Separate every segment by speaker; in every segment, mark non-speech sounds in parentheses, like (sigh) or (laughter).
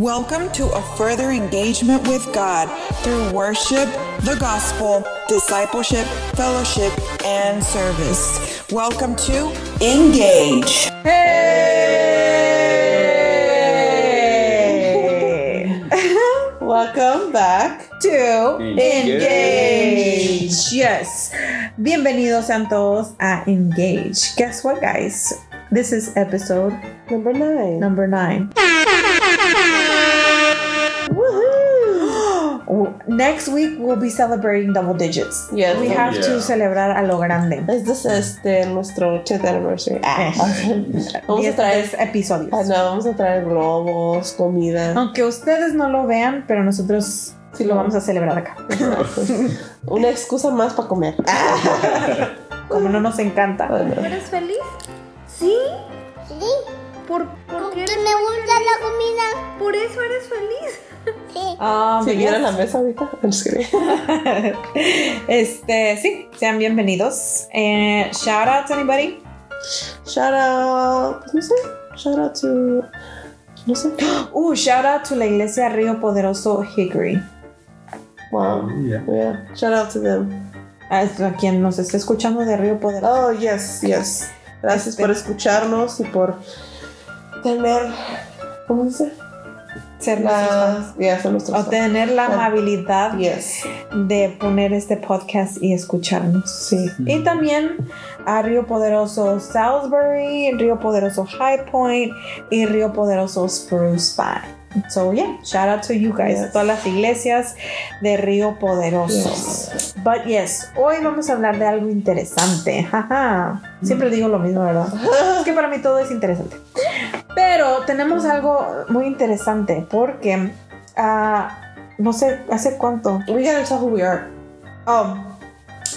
Speaker 1: Welcome to a further engagement with God through worship, the gospel, discipleship, fellowship, and service. Welcome to Engage. Hey! Welcome back to Engage. Yes. Bienvenidos sean todos a Engage. Guess what, guys? This is episode
Speaker 2: Number nine.
Speaker 1: number nine. Woohoo! (gasps) Next week we'll be celebrating double digits.
Speaker 2: Yes.
Speaker 1: We have to
Speaker 3: Yeah.
Speaker 1: celebrar a lo grande.
Speaker 2: Este es este, nuestro 10th anniversary. Ah. (laughs) vamos a
Speaker 1: Eh. Diez-
Speaker 2: traer.
Speaker 1: diez episodios.
Speaker 2: Ah, no, vamos a traer globos, comida.
Speaker 1: Aunque ustedes no lo vean, pero nosotros sí lo vamos a celebrar acá.
Speaker 2: ah, pues, Una excusa más para comer.
Speaker 1: Ah,
Speaker 2: Ah,
Speaker 1: Como no nos encanta.
Speaker 2: Bueno,
Speaker 4: ¿Eres feliz? Sí.
Speaker 5: Sí,
Speaker 4: ¿Por, por
Speaker 5: porque
Speaker 4: qué?
Speaker 5: me gusta la comida.
Speaker 4: ¿Por eso eres feliz?
Speaker 5: Sí.
Speaker 1: Ah,
Speaker 2: si
Speaker 1: ¿veías?
Speaker 2: vieran la mesa ahorita, I'm just kidding.
Speaker 1: (laughs) este, sí, sean bienvenidos. Eh, shout out to anybody.
Speaker 2: Shout out, no sé, shout out to, no sé.
Speaker 1: Uh, shout out to la iglesia Río Poderoso Hickory.
Speaker 2: Wow.
Speaker 3: Yeah.
Speaker 2: Yeah, shout out to them.
Speaker 1: A a quien nos esté escuchando de Río Poderoso.
Speaker 2: Oh, yes, yes. Gracias
Speaker 1: Este.
Speaker 2: por escucharnos y por tener, ¿cómo se dice?
Speaker 1: ser nuestros
Speaker 2: La, yeah, son nuestros
Speaker 1: fans. o tener la amabilidad
Speaker 2: Yes.
Speaker 1: de poner este podcast y escucharnos.
Speaker 2: Sí.
Speaker 1: Y también a Río Poderoso Salisbury, Río Poderoso High Point y Río Poderoso Spruce Pine. So yeah, shout out to you guys,
Speaker 2: Yes.
Speaker 1: todas las iglesias de Río Poderoso.
Speaker 2: Yes.
Speaker 1: But yes, hoy vamos a hablar de algo interesante. (laughs) Jaja. Siempre digo lo mismo,
Speaker 2: (laughs)
Speaker 1: ¿verdad? es que para mí todo es interesante. Pero tenemos algo muy interesante porque ah, no sé hace cuánto.
Speaker 2: We gotta tell who we are. Um,
Speaker 1: Oh,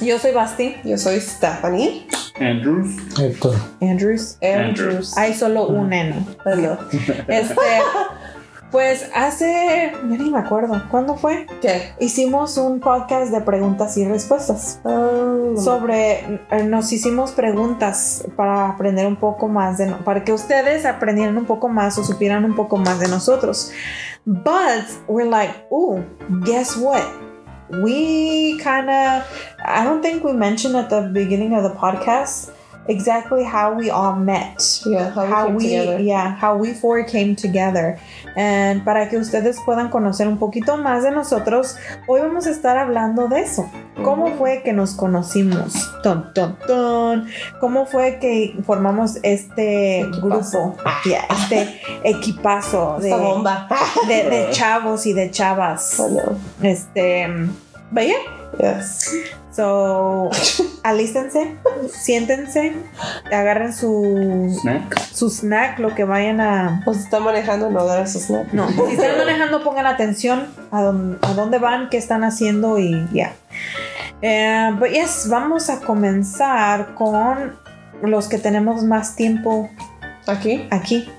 Speaker 1: yo soy Basti
Speaker 2: Yo soy Stephanie
Speaker 3: Andrews.
Speaker 6: Héctor,
Speaker 1: Andrews. Ah.
Speaker 2: Andrews.
Speaker 1: Hay solo un neno.
Speaker 2: I
Speaker 1: (laughs)
Speaker 2: know.
Speaker 1: Este, pues hace, yo ni me acuerdo, ¿cuándo fue?
Speaker 2: ¿Qué?
Speaker 1: Hicimos un podcast de preguntas y respuestas.
Speaker 2: Um,
Speaker 1: Sobre, eh, nos hicimos preguntas para aprender un poco más de, no- para que ustedes aprendieran un poco más o supieran un poco más de nosotros. But we're like, ooh, guess what? We kind of, I don't think we mentioned at the beginning of the podcast exactly how we all met.
Speaker 2: yeah, how,
Speaker 1: how
Speaker 2: we,
Speaker 1: we,
Speaker 2: came together.
Speaker 1: yeah, how we four came together. And para que ustedes puedan conocer un poquito más de nosotros, hoy vamos a estar hablando de eso. ¿Cómo fue que nos conocimos? Ton, ton, ton. ¿Cómo fue que formamos este
Speaker 2: Equipazo.
Speaker 1: grupo? Yeah, este
Speaker 2: (laughs)
Speaker 1: equipazo de,
Speaker 2: Esta bomba.
Speaker 1: de- de chavos y de chavas.
Speaker 2: I know.
Speaker 1: Este, but yeah,
Speaker 2: Yes.
Speaker 1: so, alístense, siéntense, agarren su
Speaker 3: Snack.
Speaker 1: su snack, lo que vayan a...
Speaker 2: O si están Pues, manejando, no dar esos snaps.
Speaker 1: No, si
Speaker 2: (laughs)
Speaker 1: están manejando pongan atención a, dónde- a dónde van, qué están haciendo y ya. Pero but yes, vamos a comenzar con los que tenemos más tiempo
Speaker 2: Aquí.
Speaker 1: aquí.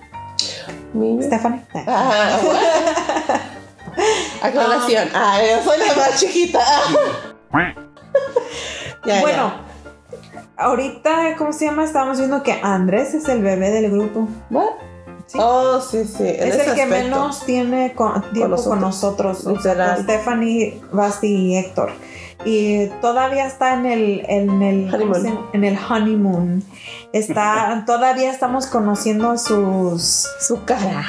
Speaker 2: Mi.
Speaker 1: Stephanie.
Speaker 2: Ah, (laughs) what? Aclaración. Ah, yo soy la
Speaker 1: (laughs)
Speaker 2: más chiquita. Ya, ya.
Speaker 1: bueno, ahorita, ¿cómo se llama? Estábamos viendo que Andrés es el bebé del grupo.
Speaker 2: What?
Speaker 1: Sí.
Speaker 2: Oh, sí, sí. en
Speaker 1: Es
Speaker 2: ese
Speaker 1: el que
Speaker 2: aspecto.
Speaker 1: menos tiene con- tiempo con nosotros. o sea,
Speaker 2: Literal.
Speaker 1: con Stephanie, Basti y Héctor. Y todavía está en el, en el ¿cómo
Speaker 2: Honeymoon.
Speaker 1: se llama? En el honeymoon.
Speaker 2: (laughs)
Speaker 1: Está, todavía estamos conociendo sus
Speaker 2: Su cara.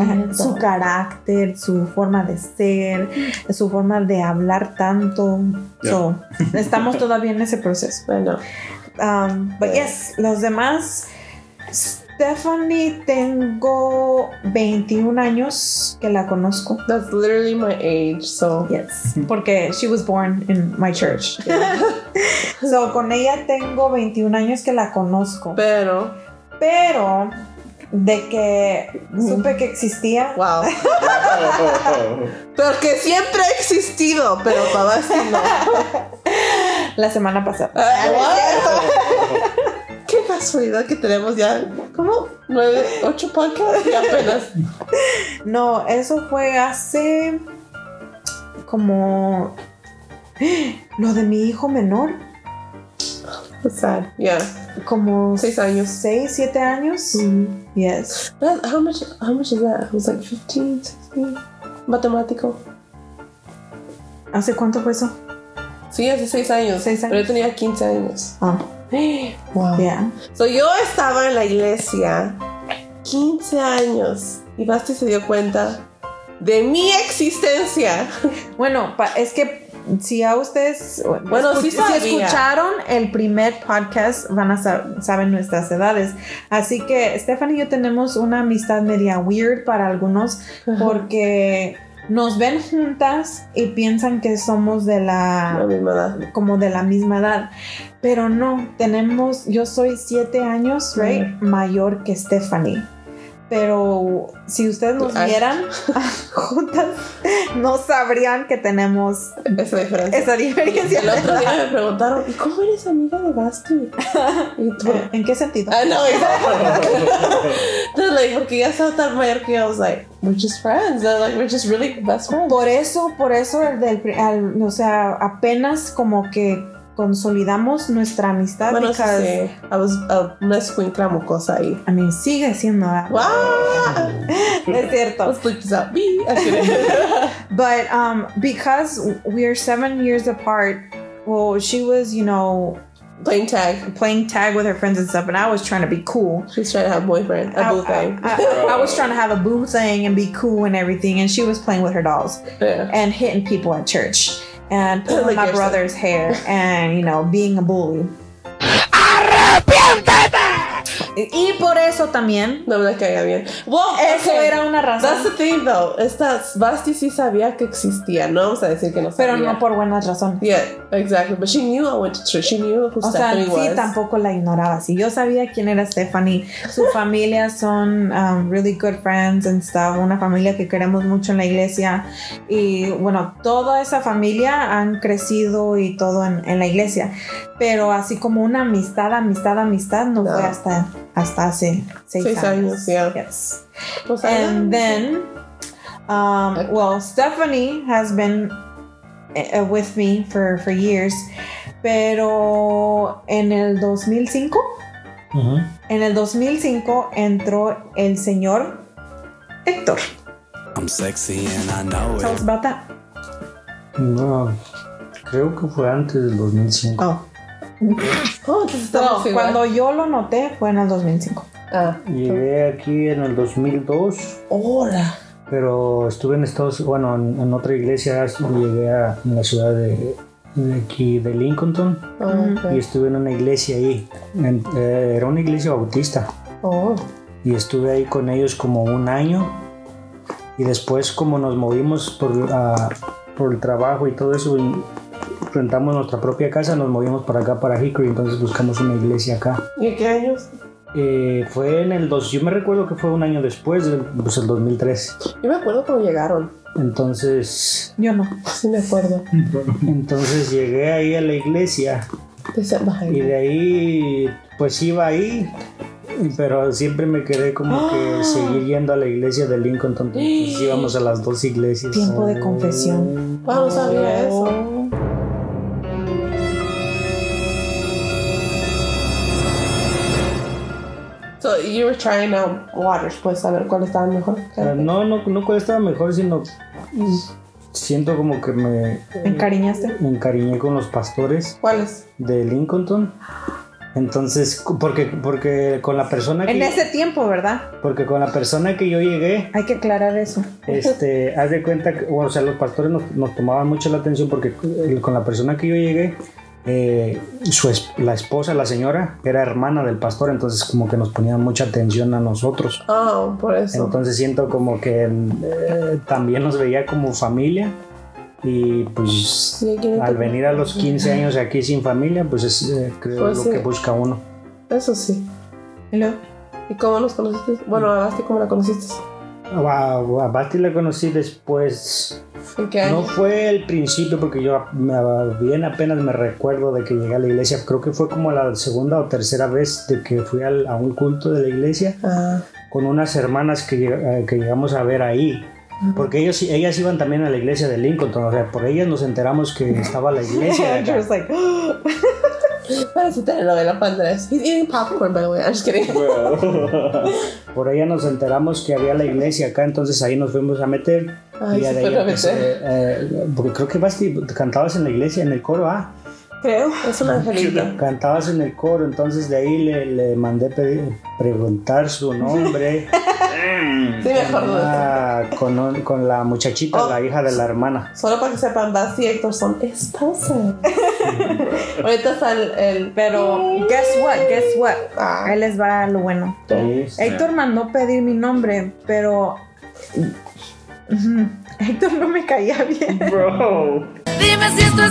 Speaker 1: (laughs) su carácter, su forma de ser, su forma de hablar tanto.
Speaker 3: Yeah.
Speaker 1: So, estamos todavía en ese proceso.
Speaker 2: Bueno.
Speaker 1: Um, but yes, los demás. Stephanie, tengo 21 años que la conozco.
Speaker 2: That's literally my age, so.
Speaker 1: Yes. Porque she was born in my church. (laughs) so, con ella tengo 21 años que la conozco.
Speaker 2: Pero.
Speaker 1: Pero de que supe que existía.
Speaker 2: Wow. Porque siempre ha existido, pero para sí (laughs) no.
Speaker 1: La semana pasada.
Speaker 2: Ah, Qué casualidad que tenemos ya, ¿cómo? ¿Nueve, ocho podcasts y apenas?
Speaker 1: No, eso fue hace como (gasps) lo de mi hijo menor,
Speaker 2: What's that? Yeah.
Speaker 1: como
Speaker 2: Seis años.
Speaker 1: 6, 7 años.
Speaker 2: Mm.
Speaker 1: Yes.
Speaker 2: That, how much? How much is that? It was like 15, 16. Sí. Matemático.
Speaker 1: ¿Hace cuánto fue eso?
Speaker 2: Sí, hace seis años.
Speaker 1: Seis años.
Speaker 2: Pero yo tenía 15 años.
Speaker 1: Ah,
Speaker 2: Wow.
Speaker 1: ya.
Speaker 2: So, yo estaba en la iglesia 15 años y Basti se dio cuenta de mi (laughs) existencia.
Speaker 1: Bueno, pa- es que si a ustedes,
Speaker 2: Bueno, sí
Speaker 1: si
Speaker 2: sabía.
Speaker 1: escucharon el primer podcast, van a sa- saben nuestras edades. Así que Stephanie y yo tenemos una amistad media weird para algunos porque nos ven juntas y piensan que somos de
Speaker 2: La
Speaker 1: la
Speaker 2: misma edad.
Speaker 1: como de la misma edad, pero no, tenemos, yo soy siete años, right, mayor que Stephanie. Pero si ustedes nos
Speaker 2: Ay.
Speaker 1: vieran (laughs) juntas, no sabrían que tenemos
Speaker 2: Esa diferencia.
Speaker 1: esa diferencia.
Speaker 2: El otro día me preguntaron, ¿y cómo eres amiga de Basti? Y tú,
Speaker 1: ¿En qué sentido?
Speaker 2: Ah, no, exacto. Entonces, like, porque ya estaba tan mayor que I was like, we're just friends. They're like, we're just really best friends.
Speaker 1: Por eso, por eso, el del, pri- al- o sea, apenas como que consolidamos nuestra amistad.
Speaker 2: Bueno, sí,
Speaker 1: because-
Speaker 2: sí. I was uh, una escuincla mucosa ahí.
Speaker 1: I mean, sigue siendo, ¿verdad? (laughs)
Speaker 2: ¡Wow!
Speaker 1: es
Speaker 2: I
Speaker 1: cierto.
Speaker 2: was like, "Is that me?" I'm kidding.
Speaker 1: But um, because we're seven years apart, well, she was, you know,
Speaker 2: Playing tag.
Speaker 1: playing tag with her friends and stuff, and I was trying to be cool.
Speaker 2: She's trying to have boyfriend. A boo
Speaker 1: I,
Speaker 2: thing.
Speaker 1: I, I was trying to have a boo thing and be cool and everything, and she was playing with her dolls
Speaker 2: Yeah.
Speaker 1: and hitting people at church
Speaker 2: (laughs)
Speaker 1: and pulling
Speaker 2: Like
Speaker 1: my
Speaker 2: yourself.
Speaker 1: brother's hair and you know being a bully. Y por eso también.
Speaker 2: No me la caía bien. Well,
Speaker 1: Eso
Speaker 2: okay.
Speaker 1: era una razón,
Speaker 2: That's the thing, though. Esta Basti sí sabía que existía. No vamos a decir que no sabía.
Speaker 1: pero no por buenas razones.
Speaker 2: Yeah, exactly. But she knew I went to church. She knew
Speaker 1: O
Speaker 2: who
Speaker 1: sea,
Speaker 2: Stephanie was.
Speaker 1: sí, tampoco la ignoraba. Si yo sabía quién era Stephanie,
Speaker 2: (laughs)
Speaker 1: su familia son um, really good friends and stuff, una familia que queremos mucho en la iglesia. Y bueno, toda esa familia han crecido y todo en, en la iglesia. Pero así como una amistad, amistad, amistad, no,
Speaker 2: No.
Speaker 1: fue hasta, hasta hace seis,
Speaker 2: Seis años, yeah.
Speaker 1: Yes.
Speaker 2: Pues,
Speaker 1: And
Speaker 2: ah,
Speaker 1: then, um, well, Stephanie has been eh, eh, with me for, for years, pero en el 2005,
Speaker 3: Ujú.
Speaker 1: en el 2005 entró el señor Héctor.
Speaker 6: I'm sexy and I know
Speaker 1: Tell us
Speaker 6: it.
Speaker 1: about that.
Speaker 3: No, creo que fue antes del 2005.
Speaker 1: Oh.
Speaker 2: Oh, entonces estamos igual.
Speaker 1: cuando yo lo noté fue en el 2005.
Speaker 2: Ah.
Speaker 3: Llegué aquí en el 2002,
Speaker 2: Hola.
Speaker 3: pero estuve en Estados bueno, en, en otra iglesia llegué a en la ciudad de, de aquí, de Lincolnton,
Speaker 2: Ah,
Speaker 3: y
Speaker 2: Okay.
Speaker 3: estuve en una iglesia ahí. En- eh, era una iglesia bautista,
Speaker 2: Oh.
Speaker 3: y estuve ahí con ellos como un año, y después como nos movimos por, ah, por el trabajo y todo eso, y rentamos nuestra propia casa, nos movimos para acá, para Hickory, entonces buscamos una iglesia acá.
Speaker 2: ¿Y a qué años?
Speaker 3: Eh, fue en el 2, yo me recuerdo que fue un año después, del- pues el 2003.
Speaker 2: Yo me acuerdo cuando llegaron.
Speaker 3: Entonces,
Speaker 1: Yo no.
Speaker 2: Sí, me acuerdo.
Speaker 3: entonces llegué ahí a la iglesia
Speaker 2: Te se- Ay,
Speaker 3: y de ahí pues iba ahí, pero siempre me quedé como
Speaker 1: ¡Ah!
Speaker 3: que seguir yendo a la iglesia de Lincoln,
Speaker 1: (gasps)
Speaker 3: entonces íbamos a las dos iglesias.
Speaker 1: Tiempo de confesión.
Speaker 2: wow, Ah, no sabía
Speaker 1: Oh.
Speaker 2: eso. So, you were trying out waters, pues, a ver cuál estaba mejor.
Speaker 3: Eh, No, no, no cuál estaba mejor, sino pues, siento como que me
Speaker 1: ¿Me encariñaste?
Speaker 3: me encariñé con los pastores.
Speaker 2: ¿Cuáles?
Speaker 3: de Lincoln. Entonces, cu- porque, porque con la persona
Speaker 1: En
Speaker 3: que
Speaker 1: ese tiempo, ¿verdad?
Speaker 3: porque con la persona que yo llegué,
Speaker 1: Hay que aclarar eso.
Speaker 2: (laughs)
Speaker 3: este, haz de cuenta que, o sea, los pastores nos, nos tomaban mucho la atención porque eh, con la persona que yo llegué, eh, su es- la esposa, la señora, era hermana del pastor, entonces como que nos ponían mucha atención a nosotros.
Speaker 2: Oh, por eso.
Speaker 3: Entonces siento como que eh, también nos veía como familia y pues
Speaker 2: Sí, yo no
Speaker 3: al
Speaker 2: te-
Speaker 3: venir a los 15 años aquí sin familia, pues es eh, creo
Speaker 2: Pues
Speaker 3: lo
Speaker 2: sí.
Speaker 3: que busca uno.
Speaker 2: Eso sí.
Speaker 1: Y luego,
Speaker 2: ¿Y cómo los conociste? Bueno, a Basti, ¿cómo la conociste?
Speaker 3: A, a Basti la conocí después.
Speaker 2: ¿En qué
Speaker 3: No
Speaker 2: año?
Speaker 3: fue el principio, porque yo me- bien apenas me recuerdo de que llegué a la iglesia. Creo que fue como la segunda o tercera vez de que fui al- a un culto de la iglesia
Speaker 2: Ah.
Speaker 3: con unas hermanas que, lleg- eh, que llegamos a ver ahí. Porque ellos, ellas iban también a la
Speaker 1: (laughs) (gasps)
Speaker 3: iglesia de Lincoln. O sea, por ellas nos enteramos que estaba la iglesia. de acá.
Speaker 1: Andrew's like,
Speaker 2: Para su telenovela para Andrés. He's eating popcorn, by the way. I'm just kidding.
Speaker 3: Por allá nos enteramos que había la iglesia acá, entonces ahí nos fuimos a meter.
Speaker 2: Ay,
Speaker 3: y ya
Speaker 2: se
Speaker 3: de ahí
Speaker 2: fueron a
Speaker 3: empezó,
Speaker 2: meter.
Speaker 3: eh, eh, porque creo que Basti cantabas en la iglesia, en el coro ah. A.
Speaker 2: Creo. Es un angelito. (laughs)
Speaker 3: Cantabas en el coro, entonces de ahí le, le mandé pe- preguntar su nombre
Speaker 1: (laughs)
Speaker 2: Sí, me acuerdo de eso.
Speaker 3: a- con, con la muchachita,
Speaker 2: Oh.
Speaker 3: la hija de la hermana.
Speaker 2: Solo para que sepan, Basti y Héctor son (laughs) esposas. Ahorita está el. el-
Speaker 1: Pero, guess what, guess what.
Speaker 2: Ah,
Speaker 1: Ahí les va lo bueno. Héctor mandó pedir mi nombre, pero. Ujú. Héctor no me caía bien.
Speaker 7: Bro.
Speaker 1: (laughs)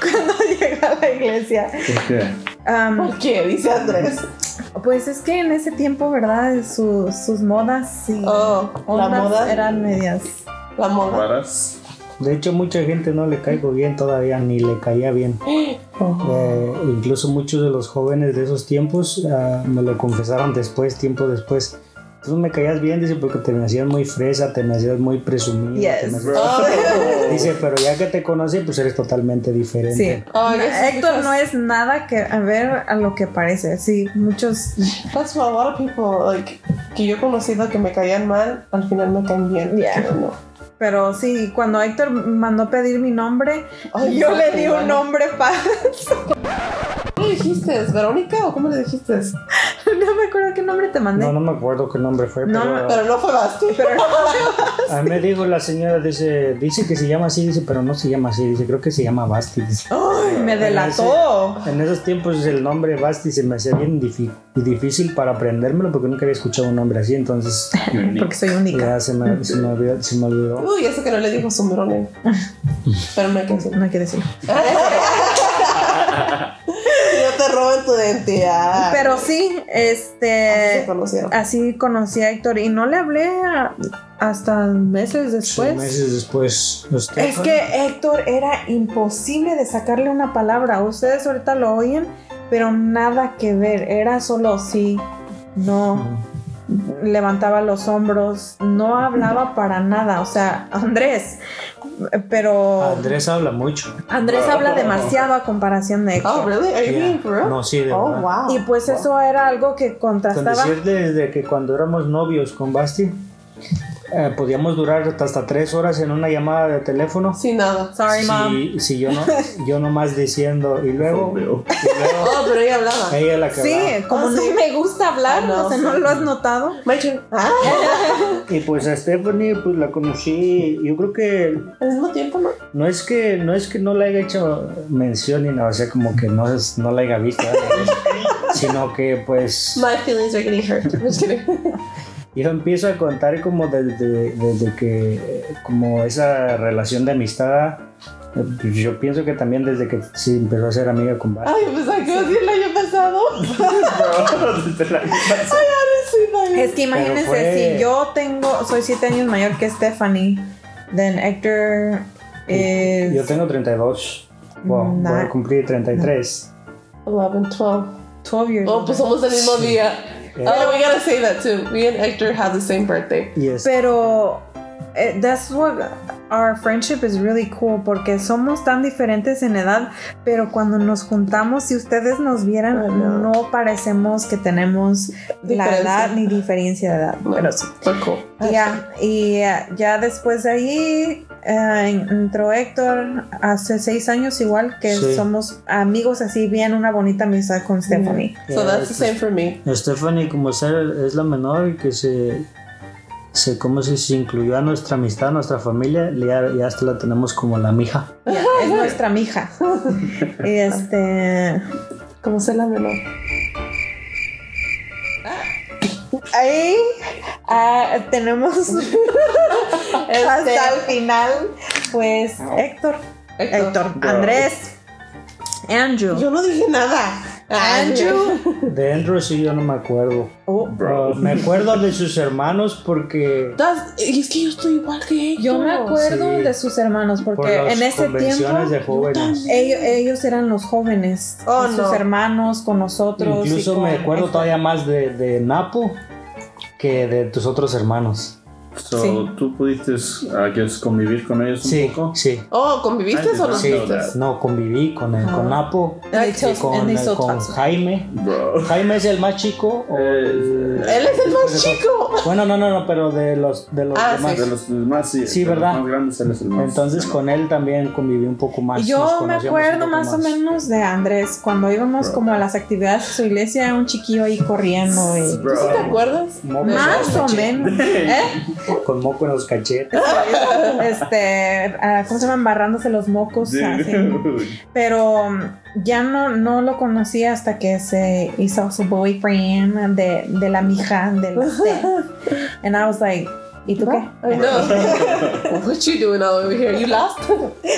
Speaker 1: cuando llegué a la iglesia.
Speaker 7: ¿Por qué?
Speaker 1: Am,
Speaker 2: ¿Por qué? Dice Andrés.
Speaker 1: pues es que en ese tiempo, ¿verdad? Su- sus modas y
Speaker 2: Oh, la
Speaker 1: ondas
Speaker 2: moda.
Speaker 1: eran medias.
Speaker 2: La moda.
Speaker 7: ¿Varas?
Speaker 3: De hecho, mucha gente no le caigo bien todavía, ni le caía bien.
Speaker 1: Oh.
Speaker 3: Eh, incluso muchos de los jóvenes de esos tiempos ah, me lo confesaron después, tiempo después. Tú no me caías bien, dice, porque te me hacías muy fresa, te me hacías muy presumido. te me
Speaker 1: Yes.
Speaker 3: hacías-
Speaker 2: Oh. (laughs)
Speaker 3: Dice, pero ya que te conocí, pues eres totalmente
Speaker 1: Sí.
Speaker 3: diferente.
Speaker 2: Oh, I guess it's
Speaker 1: Héctor no
Speaker 2: because-
Speaker 1: es nada que a ver a lo que parece. Sí, muchos.
Speaker 2: That's why a lot of people, like, que yo he conocido que me caían mal, al final me caen bien.
Speaker 1: Yeah.
Speaker 2: Pero no.
Speaker 1: Pero sí, cuando Héctor mandó pedir mi nombre,
Speaker 2: Ay,
Speaker 1: yo
Speaker 2: no,
Speaker 1: le di
Speaker 2: igual.
Speaker 1: un nombre para.
Speaker 2: ¿Cómo le dijiste? ¿Verónica o cómo le dijiste?
Speaker 1: (laughs) no me acuerdo qué nombre te mandé.
Speaker 3: No, no me acuerdo qué nombre fue,
Speaker 1: No,
Speaker 3: pero,
Speaker 2: Pero no fue Basti.
Speaker 1: Pero
Speaker 3: a mí me dijo la señora, dice, dice que se llama así, dice, pero no se llama así, dice, creo que se llama Basti. dice.
Speaker 1: ¡ay! me delató.
Speaker 3: En esos tiempos el nombre Basti se me hacía bien difi- difícil para aprendérmelo porque nunca había escuchado un nombre así, entonces
Speaker 1: Porque soy única.
Speaker 3: ya se me, se me olvidó. se me olvidó.
Speaker 2: Uy, eso que no le dijo su middle
Speaker 3: (laughs)
Speaker 2: name. Pero me cansó.
Speaker 1: No hay que decirlo.
Speaker 2: No te roben tu identidad.
Speaker 1: Pero sí,
Speaker 2: Así se
Speaker 1: este.
Speaker 2: conocieron.
Speaker 1: Así conocí a Héctor y no le hablé a- hasta meses después.
Speaker 3: Seis meses después. usted-
Speaker 1: pues. Es que Héctor era imposible de sacarle una palabra. Ustedes ahorita lo oyen, pero nada que ver. Era solo sí, no. Levantaba los hombros, no hablaba para nada. O sea, Andrés, pero
Speaker 3: Andrés habla mucho.
Speaker 1: Andrés habla demasiado a comparación de
Speaker 2: Oh,
Speaker 1: Héctor.
Speaker 2: really? Are you
Speaker 3: Yeah.
Speaker 2: being for real?
Speaker 3: No, sí, de
Speaker 2: Oh,
Speaker 3: verdad.
Speaker 2: wow.
Speaker 1: Y pues eso era algo que
Speaker 3: Con
Speaker 1: contrastaba.
Speaker 3: decir desde que cuando éramos novios con Basti, eh, podíamos durar hasta tres horas en una llamada de teléfono.
Speaker 2: Sin nada.
Speaker 1: Sorry, mom.
Speaker 3: Si, si yo no, yo nomás diciendo, y luego, y
Speaker 7: Obvio.
Speaker 3: luego
Speaker 2: Oh, pero ella hablaba.
Speaker 3: ella la que
Speaker 1: Sí,
Speaker 3: hablaba.
Speaker 1: como
Speaker 2: Ah,
Speaker 1: no
Speaker 2: sí.
Speaker 1: me gusta hablar,
Speaker 2: Ah, no,
Speaker 1: o sea,
Speaker 2: sí.
Speaker 1: ¿no lo has notado?
Speaker 2: My turn. Ah,
Speaker 3: Y pues a Stephanie, pues la conocí, yo creo que
Speaker 2: al mismo tiempo, ¿no?
Speaker 3: no es que no, es que no le haya hecho mención ni nada, o sea, como que no, es- no la haya visto, ¿verdad? (laughs) sino que pues
Speaker 2: My feelings are getting hurt. I'm (laughs) just kidding.
Speaker 3: yo empiezo a contar como desde, desde que, eh, como esa relación de amistad, eh, pues, yo pienso que también desde que sí empezó a ser amiga con
Speaker 2: (laughs)
Speaker 3: Basti.
Speaker 2: Ay, pues hay que decir el año pasado.
Speaker 7: Bro, desde la-
Speaker 2: Sí, también.
Speaker 1: Es que imagínense,
Speaker 3: fue-
Speaker 1: si yo tengo, soy siete años mayor que Stephanie, then Hector es...
Speaker 3: Yo tengo 32. Wow, voy
Speaker 1: Nah.
Speaker 3: a cumplir 33.
Speaker 2: 11, 12.
Speaker 1: 12 years
Speaker 2: Oh,
Speaker 1: old.
Speaker 2: pues somos del mismo día. Oh, we gotta say that too. Me and Hector have the same birthday.
Speaker 3: Y es-
Speaker 1: Pero eh, that's what our friendship is really cool porque somos tan diferentes en edad, pero cuando nos juntamos, si ustedes nos vieran,
Speaker 2: I know.
Speaker 1: no parecemos que tenemos la
Speaker 2: Diferencia.
Speaker 1: edad ni diferencia de edad. Pero sí.
Speaker 2: We're cool.
Speaker 1: Ya, y eh, ya después de ahí eh, entró Héctor hace seis años, igual que
Speaker 3: Sí.
Speaker 1: somos amigos así, bien una bonita amistad con Stephanie.
Speaker 2: So that's the
Speaker 3: eh,
Speaker 2: same for me.
Speaker 3: Stephanie, como ser, es la menor y que se, se como si se incluyó a nuestra amistad, a nuestra familia, ya, ya hasta la tenemos como la mija.
Speaker 1: Es nuestra mija. Y este.
Speaker 2: Como se la menor.
Speaker 1: Ahí ah, (laughs) tenemos hasta el final, pues Héctor, Héctor, Andrés, Andrew.
Speaker 2: Yo no dije nada. Ah,
Speaker 1: Andrew.
Speaker 3: De Andrew sí yo no me acuerdo.
Speaker 1: Oh,
Speaker 3: Pero me acuerdo de sus hermanos porque
Speaker 2: Das- y es que yo estoy igual que ellos.
Speaker 1: yo me acuerdo
Speaker 3: Sí.
Speaker 1: de sus hermanos
Speaker 3: por
Speaker 1: porque
Speaker 3: las
Speaker 1: en ese tiempo.
Speaker 3: convenciones de jóvenes.
Speaker 1: Ellos, ellos eran los jóvenes,
Speaker 2: Oh,
Speaker 1: con sus
Speaker 2: no.
Speaker 1: hermanos, con nosotros. y
Speaker 3: Incluso
Speaker 1: con
Speaker 3: me acuerdo
Speaker 1: Héctor.
Speaker 3: todavía más de, de Napo que de tus otros hermanos.
Speaker 8: So,
Speaker 2: Sí.
Speaker 8: ¿Tú pudiste, I guess, convivir con ellos un
Speaker 3: Sí,
Speaker 8: poco?
Speaker 3: sí.
Speaker 2: Oh, ¿conviviste
Speaker 8: Ay,
Speaker 2: o
Speaker 1: Ah,
Speaker 2: no
Speaker 8: sí.
Speaker 2: viviste?
Speaker 3: No, conviví con, el, con Napo,
Speaker 2: Ay,
Speaker 3: y con,
Speaker 1: and they
Speaker 3: eh,
Speaker 1: so
Speaker 3: con
Speaker 1: toxic.
Speaker 3: Jaime.
Speaker 8: Bro.
Speaker 3: ¿Jaime es el más chico? o-
Speaker 8: Eh,
Speaker 2: Él es el más chico.
Speaker 3: Bueno, no, no, no, pero de los, de los
Speaker 2: Ah, sí.
Speaker 3: demás.
Speaker 8: de los más, sí,
Speaker 3: Sí,
Speaker 8: de los
Speaker 3: ¿verdad?
Speaker 8: más grandes él es el más
Speaker 3: Entonces
Speaker 8: bueno.
Speaker 3: con él también conviví un poco más.
Speaker 1: Y
Speaker 3: nos
Speaker 1: yo me
Speaker 3: conocíamos un
Speaker 1: acuerdo
Speaker 3: poco
Speaker 1: más, o menos de Andrés, cuando íbamos como a las actividades de su iglesia, un chiquillo ahí corriendo. y-
Speaker 2: ¿Tú sí te
Speaker 8: (laughs)
Speaker 2: acuerdas?
Speaker 3: Moco en los
Speaker 1: Más o
Speaker 3: cachetes,
Speaker 1: menos. ¿Eh?
Speaker 3: Con moco en los cachetes.
Speaker 1: Este, ah, ¿cómo se llaman? Barrándose los mocos. así.
Speaker 8: Dude.
Speaker 1: Pero mm, ya no, no lo conocí hasta que se hizo su boyfriend de, de la mija del este.
Speaker 2: (laughs)
Speaker 1: And I was like, ¿y tú qué?
Speaker 2: No. (laughs) What you doing all over here? You (laughs) lost?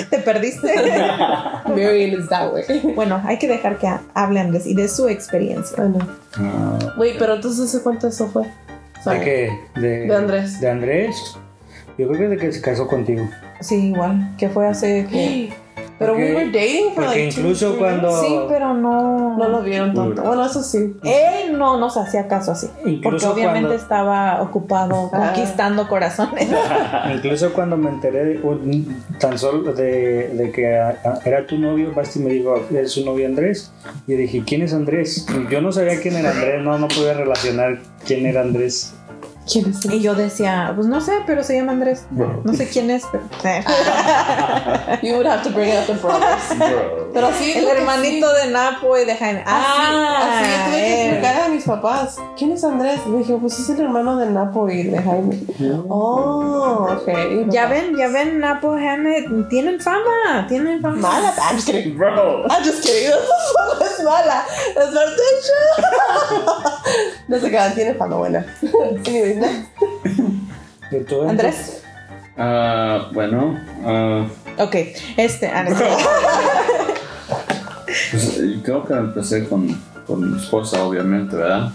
Speaker 1: ¿Te perdiste?
Speaker 2: (laughs) Marion is that way.
Speaker 1: bueno, hay que dejar que ha- hable Andrés y de su experiencia.
Speaker 8: Ah,
Speaker 2: Güey, pero entonces, ¿hace cuánto eso fue?
Speaker 3: ¿De
Speaker 2: (gasps)
Speaker 3: qué? De,
Speaker 2: Ah. De Andrés.
Speaker 3: De Andrés. Yo creo que desde que se casó contigo.
Speaker 1: Sí, igual, que fue hace... que-
Speaker 2: Pero
Speaker 3: Porque-
Speaker 2: we were dating for
Speaker 3: Porque
Speaker 2: like two,
Speaker 3: incluso
Speaker 2: three
Speaker 3: cuando...
Speaker 1: Sí, pero no...
Speaker 2: No lo vieron tanto.
Speaker 8: Duro.
Speaker 2: Bueno, eso sí.
Speaker 1: Él no nos hacía caso así. Porque
Speaker 3: Incluso
Speaker 1: obviamente
Speaker 3: cuando,
Speaker 1: estaba ocupado
Speaker 2: Ah.
Speaker 1: conquistando corazones.
Speaker 3: ah, incluso cuando me enteré de- un- tan solo de, de que ah, ah, era tu novio, Basti me dijo, es su novio Andrés. Y dije, ¿quién es Andrés? Y yo no sabía quién era Andrés, no, no podía relacionar quién era Andrés.
Speaker 2: ¿Quién es este?
Speaker 1: y yo decía, pues no sé, pero se llama Andrés.
Speaker 8: bro,
Speaker 1: No sé quién es, pero... eh,
Speaker 2: Ah, You would have to bring out the brothers.
Speaker 8: (laughs) (laughs) bro.
Speaker 2: Pero sí,
Speaker 1: El hermanito de Napo y de Jaime.
Speaker 2: Ah, sí, yo tuve que
Speaker 1: él.
Speaker 2: explicar a mis papás. ¿Quién es Andrés? Y me dije, pues es el hermano de Napo y de Jaime. Oh, ok. Y
Speaker 1: Ya
Speaker 2: papá,
Speaker 1: ven, ya ven, Napo, Jaime, tienen fama, tienen fama.
Speaker 2: Mala, Ah, I'm just kidding.
Speaker 8: Bro.
Speaker 2: I'm just kidding. No (laughs) es mala. Es (laughs) Martesha. No se quedan, tiene fama buena. (laughs) Anyways, next.
Speaker 3: De todo el-
Speaker 1: Andrés.
Speaker 8: Ah, bueno, ah,
Speaker 1: Ok, este, (laughs) Andrés.
Speaker 8: pues, eh, creo que empecé con, con mi esposa, obviamente, ¿verdad?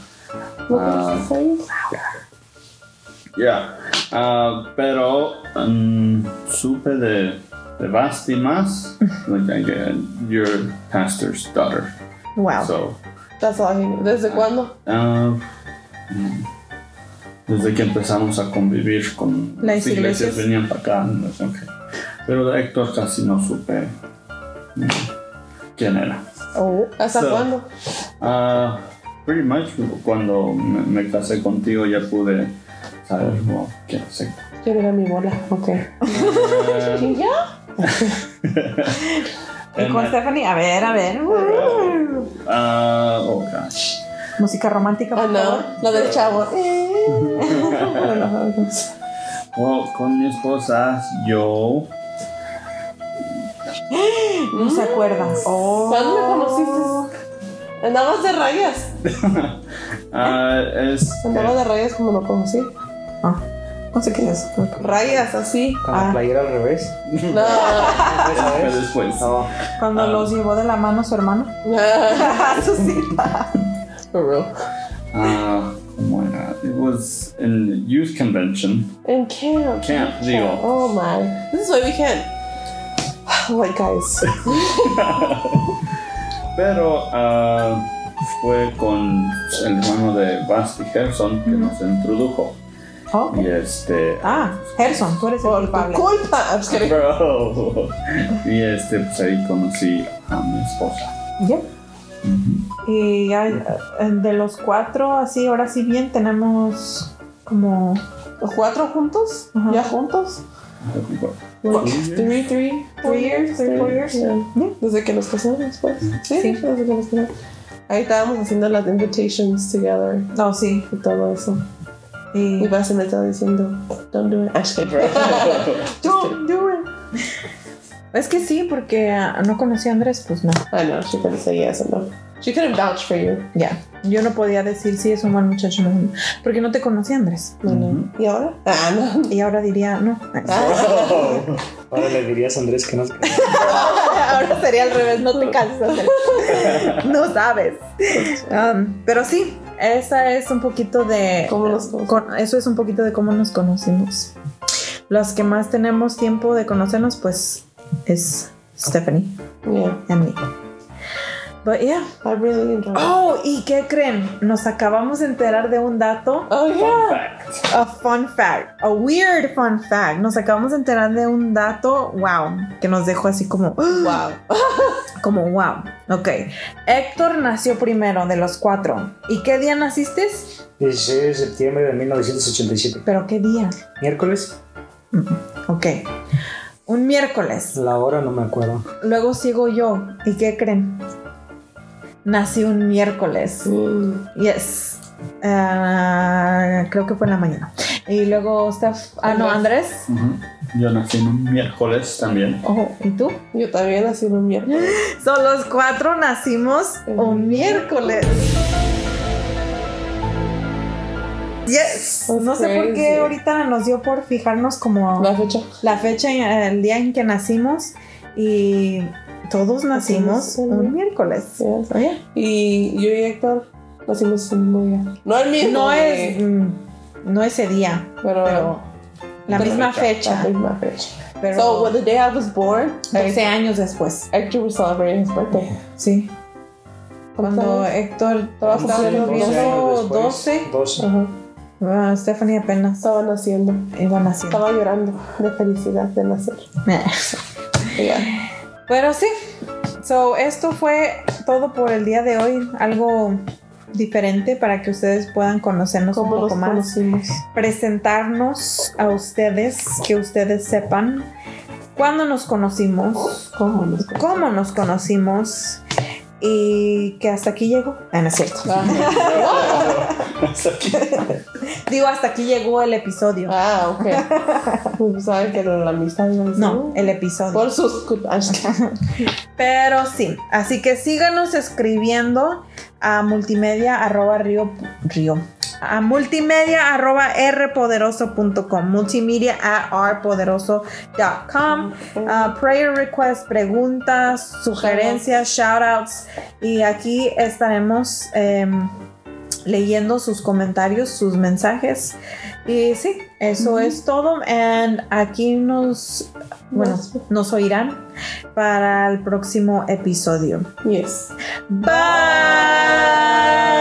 Speaker 8: Ah, Ya, Ah, pero mm, supe de, de Basti más, like, I get your pastor's daughter.
Speaker 1: Wow.
Speaker 8: So,
Speaker 2: That's all he knew. ¿Desde cuándo?
Speaker 8: ah, mm, desde que empezamos a convivir con
Speaker 1: Las iglesias.
Speaker 8: venían para acá. no sé, ok. Pero de Héctor casi no supe mm, quién era.
Speaker 1: Oh.
Speaker 2: ¿Hasta
Speaker 8: So-
Speaker 2: cuándo?
Speaker 8: Ah, pretty much cuando me, me casé contigo ya pude saber oh, wow, quién es Héctor.
Speaker 2: Yo era mi bola. Ok. ¿Y ya?
Speaker 1: Y con Stephanie, a ver, a ver.
Speaker 8: Ah, oh gosh.
Speaker 1: Música romántica,
Speaker 2: Ah,
Speaker 1: por favor.
Speaker 2: no. Lo del (laughs) chavo. Eh.
Speaker 8: Well, con mi esposa, yo.
Speaker 1: No se acuerda.
Speaker 2: Mm.
Speaker 1: Oh.
Speaker 2: ¿Cuándo me conociste? Andabas de rayas.
Speaker 8: ah, es.
Speaker 2: Andaba de rayas como lo conocí.
Speaker 1: Ah. No sé qué es eso.
Speaker 2: Rayas así.
Speaker 3: Con la playera al revés.
Speaker 2: No.
Speaker 8: Fue después.
Speaker 1: Cuando los llevó de la mano su hermano. (laughs)
Speaker 2: Eso sí. (laughs) For real.
Speaker 8: Ah, ¿cómo era? It was in youth convention.
Speaker 2: En camp.
Speaker 8: Camp, digo.
Speaker 2: Oh my. Oh This is why we can't. Like guys.
Speaker 8: (laughs) Pero ah, fue con el hermano de Basti Gerson que nos introdujo.
Speaker 1: Oh.
Speaker 8: Y este.
Speaker 1: Ah, Gerson, tú eres el
Speaker 2: Por tu
Speaker 1: culpable.
Speaker 2: culpa. Ah, pues I'm just kidding.
Speaker 8: Bro. Y este, pues ahí conocí a mi esposa.
Speaker 1: Ya. Y ya, eh, de los cuatro, así, ahora sí bien, tenemos como
Speaker 2: ¿Los cuatro juntos?
Speaker 1: Ajá.
Speaker 2: ¿Ya juntos? Like, three, three, four
Speaker 1: Three years,
Speaker 2: years,
Speaker 1: three, four years.
Speaker 2: Yeah.
Speaker 1: Yeah.
Speaker 2: Desde que nos casamos, pues. Sí,
Speaker 1: Sí.
Speaker 2: desde que nos casamos. Ahí estábamos haciendo las invitations together
Speaker 1: No, sí.
Speaker 2: y todo eso.
Speaker 1: Y
Speaker 2: Y Basi me estaba diciendo, don't do it. Actually,
Speaker 1: Don't do it. (laughs) Es que sí, porque ah, no conocí a Andrés, pues no.
Speaker 2: I know, she couldn't say yes or no. She couldn't vouch for you.
Speaker 1: Ya. Yo no podía decir si es un buen muchacho o no. Porque no te conocí, Andrés.
Speaker 2: No, no.
Speaker 1: (laughs)
Speaker 2: ¿Y ahora? Ah, no.
Speaker 1: Y ahora diría, no. (laughs)
Speaker 3: Ahora le dirías a Andrés que no se
Speaker 1: Ahora sería al revés, no te canses. Andrés. (laughs) No sabes. Um, pero sí, esa es un poquito de
Speaker 2: ¿Cómo nos conocimos?
Speaker 1: con- eso es un poquito de cómo nos conocimos. Los que más tenemos tiempo de conocernos, pues es Stephanie
Speaker 2: Yeah.
Speaker 1: y mí. But yeah.
Speaker 2: I really enjoyed
Speaker 1: (gasps)
Speaker 2: it.
Speaker 1: Oh, ¿y qué creen? Nos acabamos de enterar de un dato.
Speaker 2: Oh,
Speaker 7: Fun
Speaker 2: yeah.
Speaker 7: fact.
Speaker 1: A fun fact. A weird fun fact. Nos acabamos de enterar de un dato. Wow. Que nos dejó así como.
Speaker 2: Wow.
Speaker 1: Como wow. Ok. Héctor nació primero de los cuatro. ¿Y qué día naciste?
Speaker 3: 16 de septiembre de 1987.
Speaker 1: ¿Pero qué día?
Speaker 3: Miércoles,
Speaker 1: Ok. Un miércoles.
Speaker 3: la hora no me acuerdo.
Speaker 1: Luego sigo yo. ¿Y qué creen? Nací un miércoles.
Speaker 2: Mm.
Speaker 1: Yes. Ah, creo que fue en la mañana. Y luego Steph. Ah, no, Andrés.
Speaker 8: Ujú. Yo nací en un miércoles también.
Speaker 1: Ojo, ¿y tú?
Speaker 2: Yo también nací un
Speaker 1: (gasps)
Speaker 2: miércoles.
Speaker 1: Son los cuatro nacimos un miércoles. Yes.
Speaker 2: That's
Speaker 1: no sé por qué
Speaker 2: crazy.
Speaker 1: ahorita nos dio por fijarnos como
Speaker 2: La fecha.
Speaker 1: la fecha, y el día en que nacimos y todos nacimos
Speaker 2: el
Speaker 1: un
Speaker 2: miércoles.
Speaker 1: miércoles.
Speaker 2: Yes.
Speaker 1: Oye.
Speaker 2: Y yo y Héctor nacimos un día. No el mismo.
Speaker 1: no
Speaker 2: eh,
Speaker 1: es mm, no ese día,
Speaker 2: Pero,
Speaker 1: pero la
Speaker 2: Pero-
Speaker 1: misma fecha,
Speaker 2: la misma fecha.
Speaker 1: pero
Speaker 2: So, eh. when the day I was born,
Speaker 1: 12 años después.
Speaker 2: Hector was celebrating his birthday.
Speaker 1: Sí. Cuando eh, Héctor
Speaker 2: ¿Cuántos? Estaba
Speaker 1: estaba
Speaker 2: cumpliendo
Speaker 1: viendo 12,
Speaker 3: 12.
Speaker 2: Ajá.
Speaker 1: ah, Stephanie apenas
Speaker 2: Estaba naciendo.
Speaker 1: iba naciendo.
Speaker 2: Estaba llorando de felicidad
Speaker 1: (laughs)
Speaker 2: de nacer. Yeah.
Speaker 1: Pero sí. So, esto fue todo por el día de hoy, algo diferente para que ustedes puedan conocernos un
Speaker 2: ¿Cómo
Speaker 1: poco
Speaker 2: nos
Speaker 1: más.
Speaker 2: conocimos?
Speaker 1: presentarnos a ustedes, que ustedes sepan cuándo nos conocimos,
Speaker 2: ¿Cómo nos conocimos?
Speaker 1: cómo nos conocimos y que hasta aquí llegó. Ah, no es cierto. Digo, hasta aquí llegó el episodio.
Speaker 2: Ah, ok. Pues saben que la amistad no es-
Speaker 1: No, el episodio.
Speaker 2: Por sus cul- Ah,
Speaker 1: Pero sí, así que síganos escribiendo a multimedia arroba río, río. A multimedia arroba rpoderoso.com, multimedia at rpoderoso.com. (laughs) Ah, prayer requests, preguntas, sugerencias, shoutouts. Y aquí estaremos em, leyendo sus comentarios, sus mensajes. Y sí, eso es todo. And aquí nos, bueno,
Speaker 2: Nos-
Speaker 1: nos oirán para el próximo episodio.
Speaker 2: Yes.
Speaker 1: Bye.